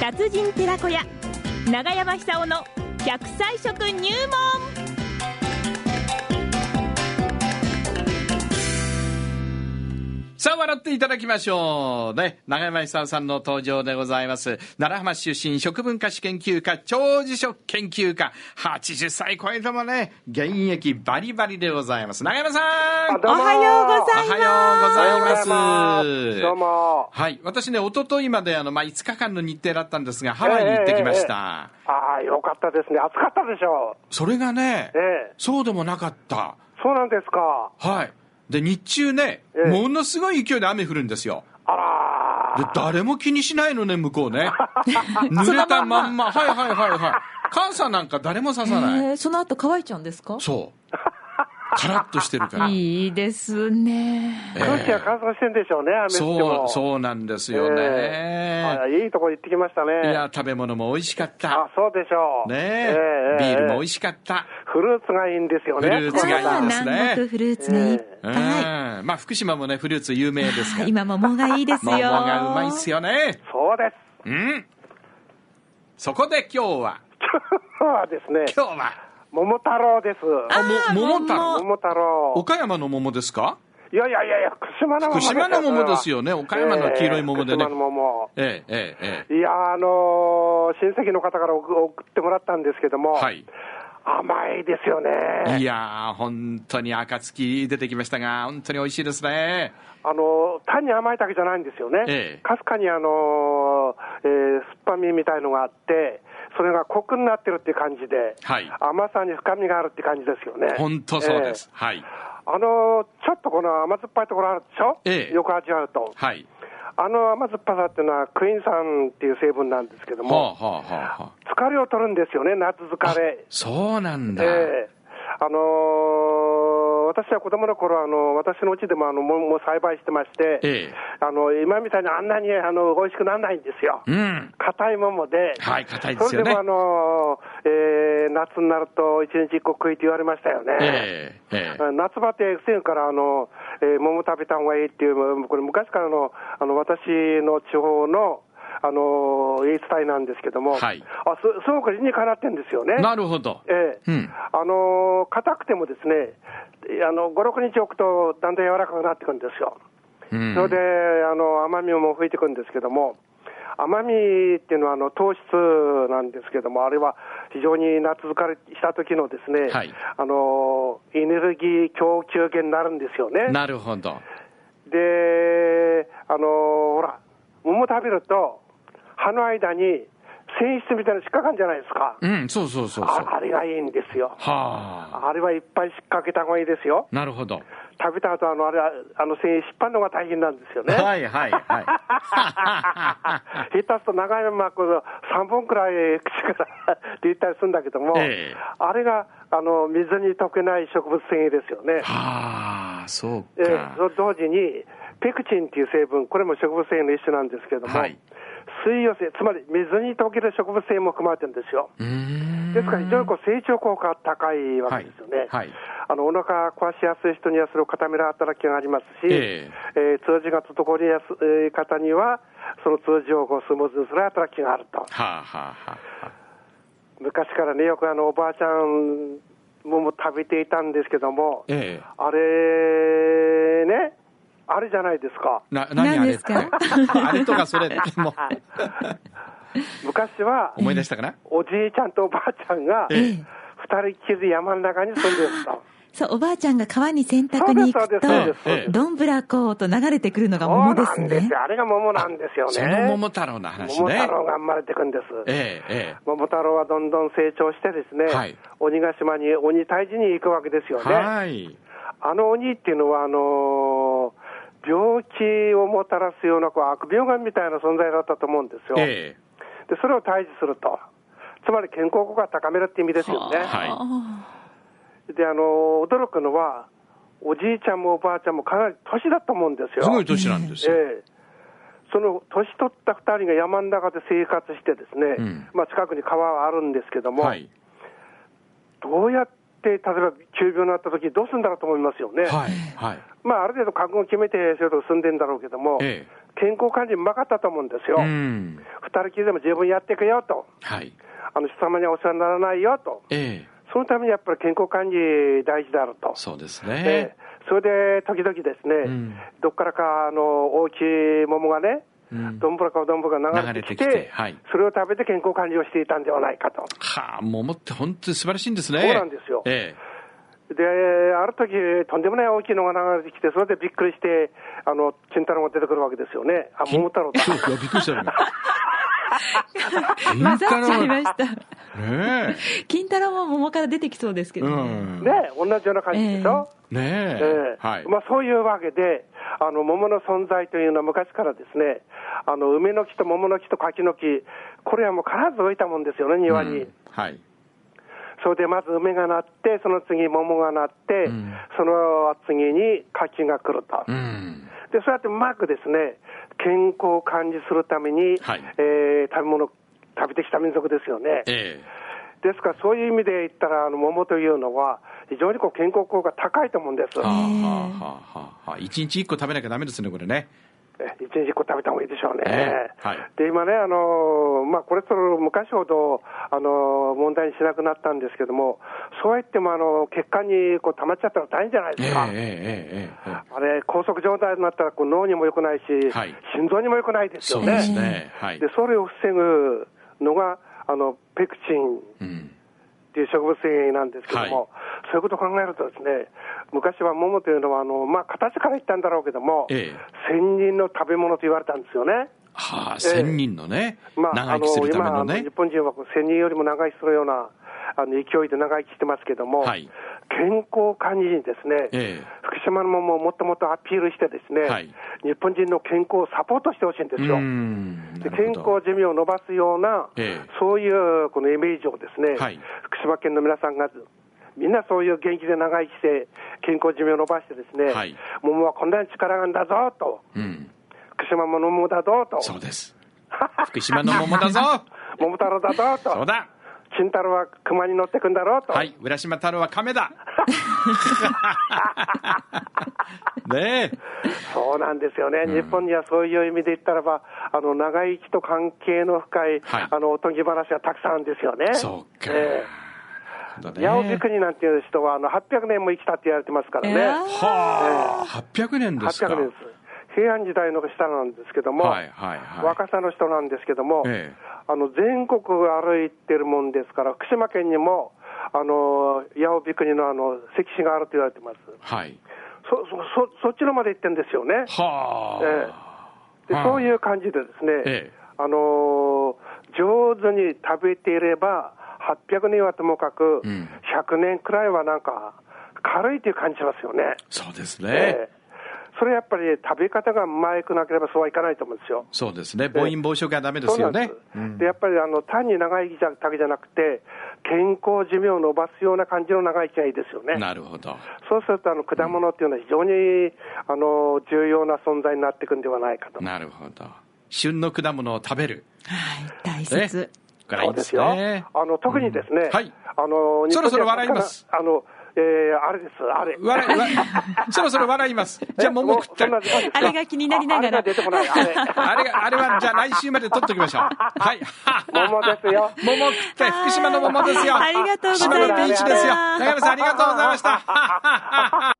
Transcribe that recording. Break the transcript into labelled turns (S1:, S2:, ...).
S1: 達人寺子屋長山久夫の100歳食入門
S2: さあ、笑っていただきましょう。ね、長山久夫さんの登場でございます。奈良浜市出身食文化史研究家、長寿食研究家、80歳超えてもね、現役バリバリでございます。長山さん
S1: おはようございます
S2: おはようございます。
S3: どうも。
S2: はい。私ね、一昨日まで、あの、まあ、5日間の日程だったんですが、ハワイに行ってきました。
S3: ああ、よかったですね。暑かったでしょう。
S2: それがね、
S3: ええ
S2: そうでもなかった。
S3: そうなんですか。
S2: はい。で、日中ね、
S3: ええ
S2: ものすごい勢いで雨降るんですよ。
S3: あ
S2: で
S3: ら、
S2: 誰も気にしないのね、向こうね。濡れたまんま。はいはいはいはい。関さんなんか誰も刺さない。
S4: えーその後乾いちゃうんですか
S2: そう。カラッとしてるから。
S4: いいですね。
S2: ええ
S3: 空気が乾燥してんでしょうね、雨降って
S2: そ
S3: も。
S2: う、そうなんですよね。
S3: あいいとこ行ってきましたね。
S2: いや、食べ物も美味しかっ
S3: あ
S2: た。
S3: そうでしょう。
S2: ね
S3: え
S2: え、ビールも美味
S3: しい。
S2: しかった。
S3: フルーツがいいんですよね。
S2: フルーツがいい
S4: 南
S2: ですね
S4: 国フルーツがいっ
S2: うん。
S4: ぱ
S2: まあ、福島もね、フルーツ有名ですから
S4: い。。今桃がいいですよ。
S2: 桃が うまいっすよね。
S3: そうです。
S2: うん。そこで今日は、
S3: 今日はですね、
S2: 今日は、
S3: 桃太郎です。
S2: あも桃太郎
S3: 桃太郎。
S2: 岡山の桃ですか
S3: いやいやいやいや、福島の桃
S2: 福島の桃ですよね岡山の黄色い桃でね
S3: ええ福島の桃。
S2: ええ、ええ、ええ。
S3: いやー、あのー親戚の方から送送ってもらったんですけども、
S2: はい。
S3: 甘いですよね。
S2: いやー、本当に暁出てきましたが、本当に美味しいですね。
S3: あのー単に甘いだけじゃないんですよ
S2: ええ
S3: ね。かすかにあのーえー酸っぱみみたいのがあって、それがコクになってるっていう感じで、
S2: はい
S3: 甘さに深みがあるって感じですよね。
S2: 本当そうです。
S3: ええ。
S2: はい。
S3: あのーちょっとこの甘酸っぱいところあるでしょ、
S2: ええ
S3: よく味わうと。
S2: はい。
S3: あの甘酸っぱさっていうのはクイーン酸っていう成分なんですけど
S2: はあ、
S3: も、
S2: はあ、はあ、は
S3: 疲れを取るんですよね、夏
S2: あ。
S3: 疲れ
S2: あ。そうなんだ。
S3: ええあのー私は子供の頃あの私のうちでもあのもも栽培してまして、
S2: ええ
S3: あの今みたいにあんなにあの美味しくならないんですよ。
S2: うん。
S3: 硬いももで、
S2: はい硬いですよね
S3: それでも、あのーえー夏になると、一日一個食いって言われましたよね。
S2: ええ、ええ。
S3: 夏バテ防ぐからあの、えー桃食べた方がいいっていう、これ、昔からのあの私の地方の、あの言い伝えなんですけども、
S2: はい
S3: あすすごく理にかなってんですよね。
S2: なるほど。
S3: ええ
S2: うん
S3: あの硬くてもですね、あの5、6日置くとだんだん柔らかくなってくるんですよ。
S2: うん。
S3: それで、あの甘みも吹いてくるんですけども、甘みっていうのはあの糖質なんですけども、あれは非常に夏疲れした時のですね、
S2: はい
S3: あのエネルギー供給源になるんですよね。
S2: なるほど。
S3: で、あのほら、桃食べると、歯の間に繊維質みたいなの引っかかるんじゃないですか。
S2: うん、そうそうそうそう。
S3: ああれがいいんですよ。
S2: はあ。
S3: あれはいっぱい引っ掛けた方がいいですよ。
S2: なるほど。
S3: 食べた後、あの、あれは、あの、繊維引っ張るのが大変なんですよね。
S2: はい はいはい。
S3: 下手すると長いまこの3本くらい口から出たりするんだけども、
S2: ええ
S3: あれがあの水に溶けない植物繊維ですよね。
S2: はあ、そう
S3: ええ
S2: か。
S3: それと同時に、ペクチンっていう成分、これも植物繊維の一種なんですけれども、
S2: はい
S3: 水溶性、つまり水に溶ける植物繊維も含まれてるんですよ。
S2: うーん。
S3: ですから非常にこう成長効果が高いわけですよね。
S2: はいはい
S3: あのお腹壊しやすい人にはそれを固める働きがありますし、
S2: え
S3: えー通じが滞りやすい方には、その通じをこうスムーズにする働きがあると。
S2: はあ、はあはあ、は
S3: 昔からね、よくあのおばあちゃんも食べていたんですけども、
S2: ええ
S3: あれね、あれじゃないですか。
S2: な、何あれって
S4: 何です
S2: あれとかそれ って、もう、
S3: 昔は、
S2: 思い出したかな
S3: おじいちゃんとおばあちゃんが、
S2: え
S3: 二人っきりで山の中に住んでる と。
S4: そう、おばあちゃんが川に洗濯に行くと
S3: そうです
S2: そうです、
S4: どんぶらこうと流れてくるのが
S3: そう
S4: 桃で
S3: な
S4: す
S3: んです
S4: ね。
S3: よ。あれが桃なんですよね。
S2: その桃太郎の話
S3: 桃
S2: ね
S3: 太。郎が生まれてくんです。
S2: ええ、え
S3: 桃太郎はどんどん成長してですね、
S2: はい
S3: 鬼ヶ島に鬼退治に行くわけですよ
S2: え。
S3: ね。
S2: はい。
S3: あの鬼っていうのは、あのー病気をもたらすようなこう悪病神みたいな存在だったと思うんですよ。
S2: え
S3: で、それを退治すると。つまり健康効果を高めるって意味ですよね。
S2: え、は
S4: あ
S3: で、あのー驚くのは、おじいちゃんもおばあちゃんもかなり年だと思うんです
S2: い。
S3: よ。
S2: すごい年なんですよ。
S3: ええその年取った2人が山の中で生活してですね、
S2: うん
S3: まあ、近くに川はあるんですけども、
S2: はい。
S3: どうやって例えば急病になった時どうするんだろうと思いますよね、
S2: はい。はい。
S3: まあ、ある程度覚悟を決めて、そういうとこ住んでんだろうけども、
S2: ええ
S3: 健康管理うまかったと思うんですよ。
S2: うん。
S3: 二人きりでも十分やっていくよと。
S2: はい。
S3: あの、人様にはお世話にならないよと。
S2: ええ
S3: そのためにやっぱり健康管理大事であると。
S2: そうです
S3: え
S2: ね
S3: え。それで時々ですね、
S2: うん
S3: どっからかあの大きい桃がね、
S2: うん
S3: どんぶらかどんぶらか流れてきて
S2: 流れてきてはい
S3: それを食べて健康管理をしていたんではないかと。
S2: はあ、桃って本当に素晴らしいんですね。
S3: そうなんですよ
S2: え
S3: で、ある時とんでもない大きいのが流れてきて、それでびっくりして、あの、金太郎が出てくるわけですよね。あ、
S2: え
S3: 桃太郎だ。
S2: そういやびっくりしたよ。
S4: 混ざっちゃいま
S2: ね
S4: した
S2: え。
S4: 金太郎も桃から出てきそうですけど
S2: う
S4: ね、
S2: ん。ね
S3: ね、同じような感じでしょ。
S2: え
S3: え。え
S2: はい。
S3: まあ、そういうわけで、あの桃の存在というのは昔からですね、あの梅の木と桃の木と柿の木、これはもう必ず置いたもんですよね、庭に。
S2: うんはい。
S3: それでまず梅がなって、その次桃がなって、
S2: うん
S3: その次に柿が来ると、
S2: うん。
S3: でそうやってうまくですね健康を感じするために、
S2: はい
S3: えー食べ物食べてきた民族ですよね。
S2: ええ。
S3: ですからそういう意味で言ったらあの桃というのは非常にこう健康効果高いと思うんです。
S2: はあ、は
S3: え
S2: あはあはあはあ、一日一個食べなきゃダメですね、これね。
S3: 一日一個食べた方がいいでしょうね。
S2: ええはい
S3: で今ねあのーまあこれと昔ほどあのー問題にしなくなったんですけどもそう言ってもあの血管にこう溜まっちゃったら大変じゃない
S2: え
S3: で
S2: え
S3: すか。
S2: ええええええ。
S3: あれ、高速状態になったらこう脳にも良くないし、
S2: はい
S3: 心臓にも良くないですよ
S2: そう
S3: ね。
S2: ですね。はい
S3: で。それを防ぐのがあのペクチン
S2: うん。
S3: っていう植物繊維なんですけども、そういうことを考えるとですね昔は桃というのはあの、まあ、形から言ったんだろうけども、
S2: ええ
S3: 仙人の食べ物と言われたんですよね。
S2: はあ、千人のね、
S3: まあ、
S2: 長
S3: あ
S2: 生きするための
S3: 今あの
S2: ね
S3: 日。本人はこう仙人よりも長生きするようなあの勢いで長生きしてますけども、
S2: はい
S3: 健康管理にですね、
S2: ええ
S3: 福島の桃をもっともっとアピールしてですね、
S2: はい
S3: 日本人の健康をサポートしてほしいんです
S2: う
S3: よ。
S2: ん。な
S3: で
S2: る
S3: 健
S2: ほ
S3: 康
S2: ど
S3: 寿命を伸ばすような、
S2: ええ
S3: そういうこのイメージをですね、
S2: はい
S3: 福島県の皆さんが、みんなそういう元気で長生きして、健康寿命を伸ばしてですね、
S2: はい
S3: 桃はこんなに力があるんだぞと、
S2: うん。
S3: 福島も桃だぞと、
S2: そうです。福島の桃 だぞ。
S3: 桃太郎だぞと、
S2: そうだ。
S3: 金太郎は熊に乗ってくんだろうと、
S2: はい、浦島太郎は亀 だ。ねえ。
S3: そうなんですよね、日本にはそういう意味で言ったらば、あの長生きと関係の深い、
S2: はい
S3: あのおとぎ話がたくさんあるんですよね。
S2: そうか。
S3: え
S2: だ
S3: え
S2: ね
S3: 八百びくになんていう人はあの800年も生きたって言われてますからね、
S4: えー
S2: はあ、800年ですか。
S3: 800年です。平安時代の下なんですけども、
S2: はいはいはい。
S3: 若さの人なんですけども、
S2: ええ
S3: あの全国歩いてるもんですから、福島県にも、あの八百びのあの石碑があると言われてます。
S2: はい。
S3: そそそそっちのまで行ってるんですよね。
S2: はあ。
S3: で
S2: はい
S3: そういう感じでですね、
S2: ええ
S3: あのー上手に食べていれば、800年はともかく、
S2: うん
S3: 100年くらいはなんか、軽いという感じしますよね。
S2: そうです
S3: え
S2: ね
S3: え。それやっぱり食べ方がうまくなければそうはいかないと思うんですよ。
S2: そうですね。暴飲暴食はダメです
S3: そ
S2: よ
S3: うなん
S2: ね
S3: で。
S2: う
S3: す。
S2: ん
S3: でやっぱりあの単に長生きだけじゃなくて、健康寿命を伸ばすような感じの長生きがいいですよ ね。
S2: なるほど。
S3: そうするとあの果物っていうのは非常にあの重要な存在になっていくんではないかと。
S2: なるほど。旬の果物を食べる。
S4: はい大
S2: ね。
S4: 切、
S2: これはいいです
S3: よ。
S2: ね。
S3: あの特にですね、
S2: うんはい
S3: あの
S2: そろそろ
S3: 日本人は
S2: 笑います
S3: あの、えー、あれです、あれ。
S2: 笑い、笑 いそろそろ笑います。じゃあ桃食ったり
S3: もうそんな時間ですか
S4: あれが気になりながら
S3: ああれが出てこない、あ れ。
S2: あれが、あれは、じゃあ来週まで取っときましょ う。はい。
S3: 桃ですよ。
S2: 桃食って、福島の桃ですよ。
S4: ありがとうございました
S2: 福島のビーチですよ。中山さん、ありがとうございました。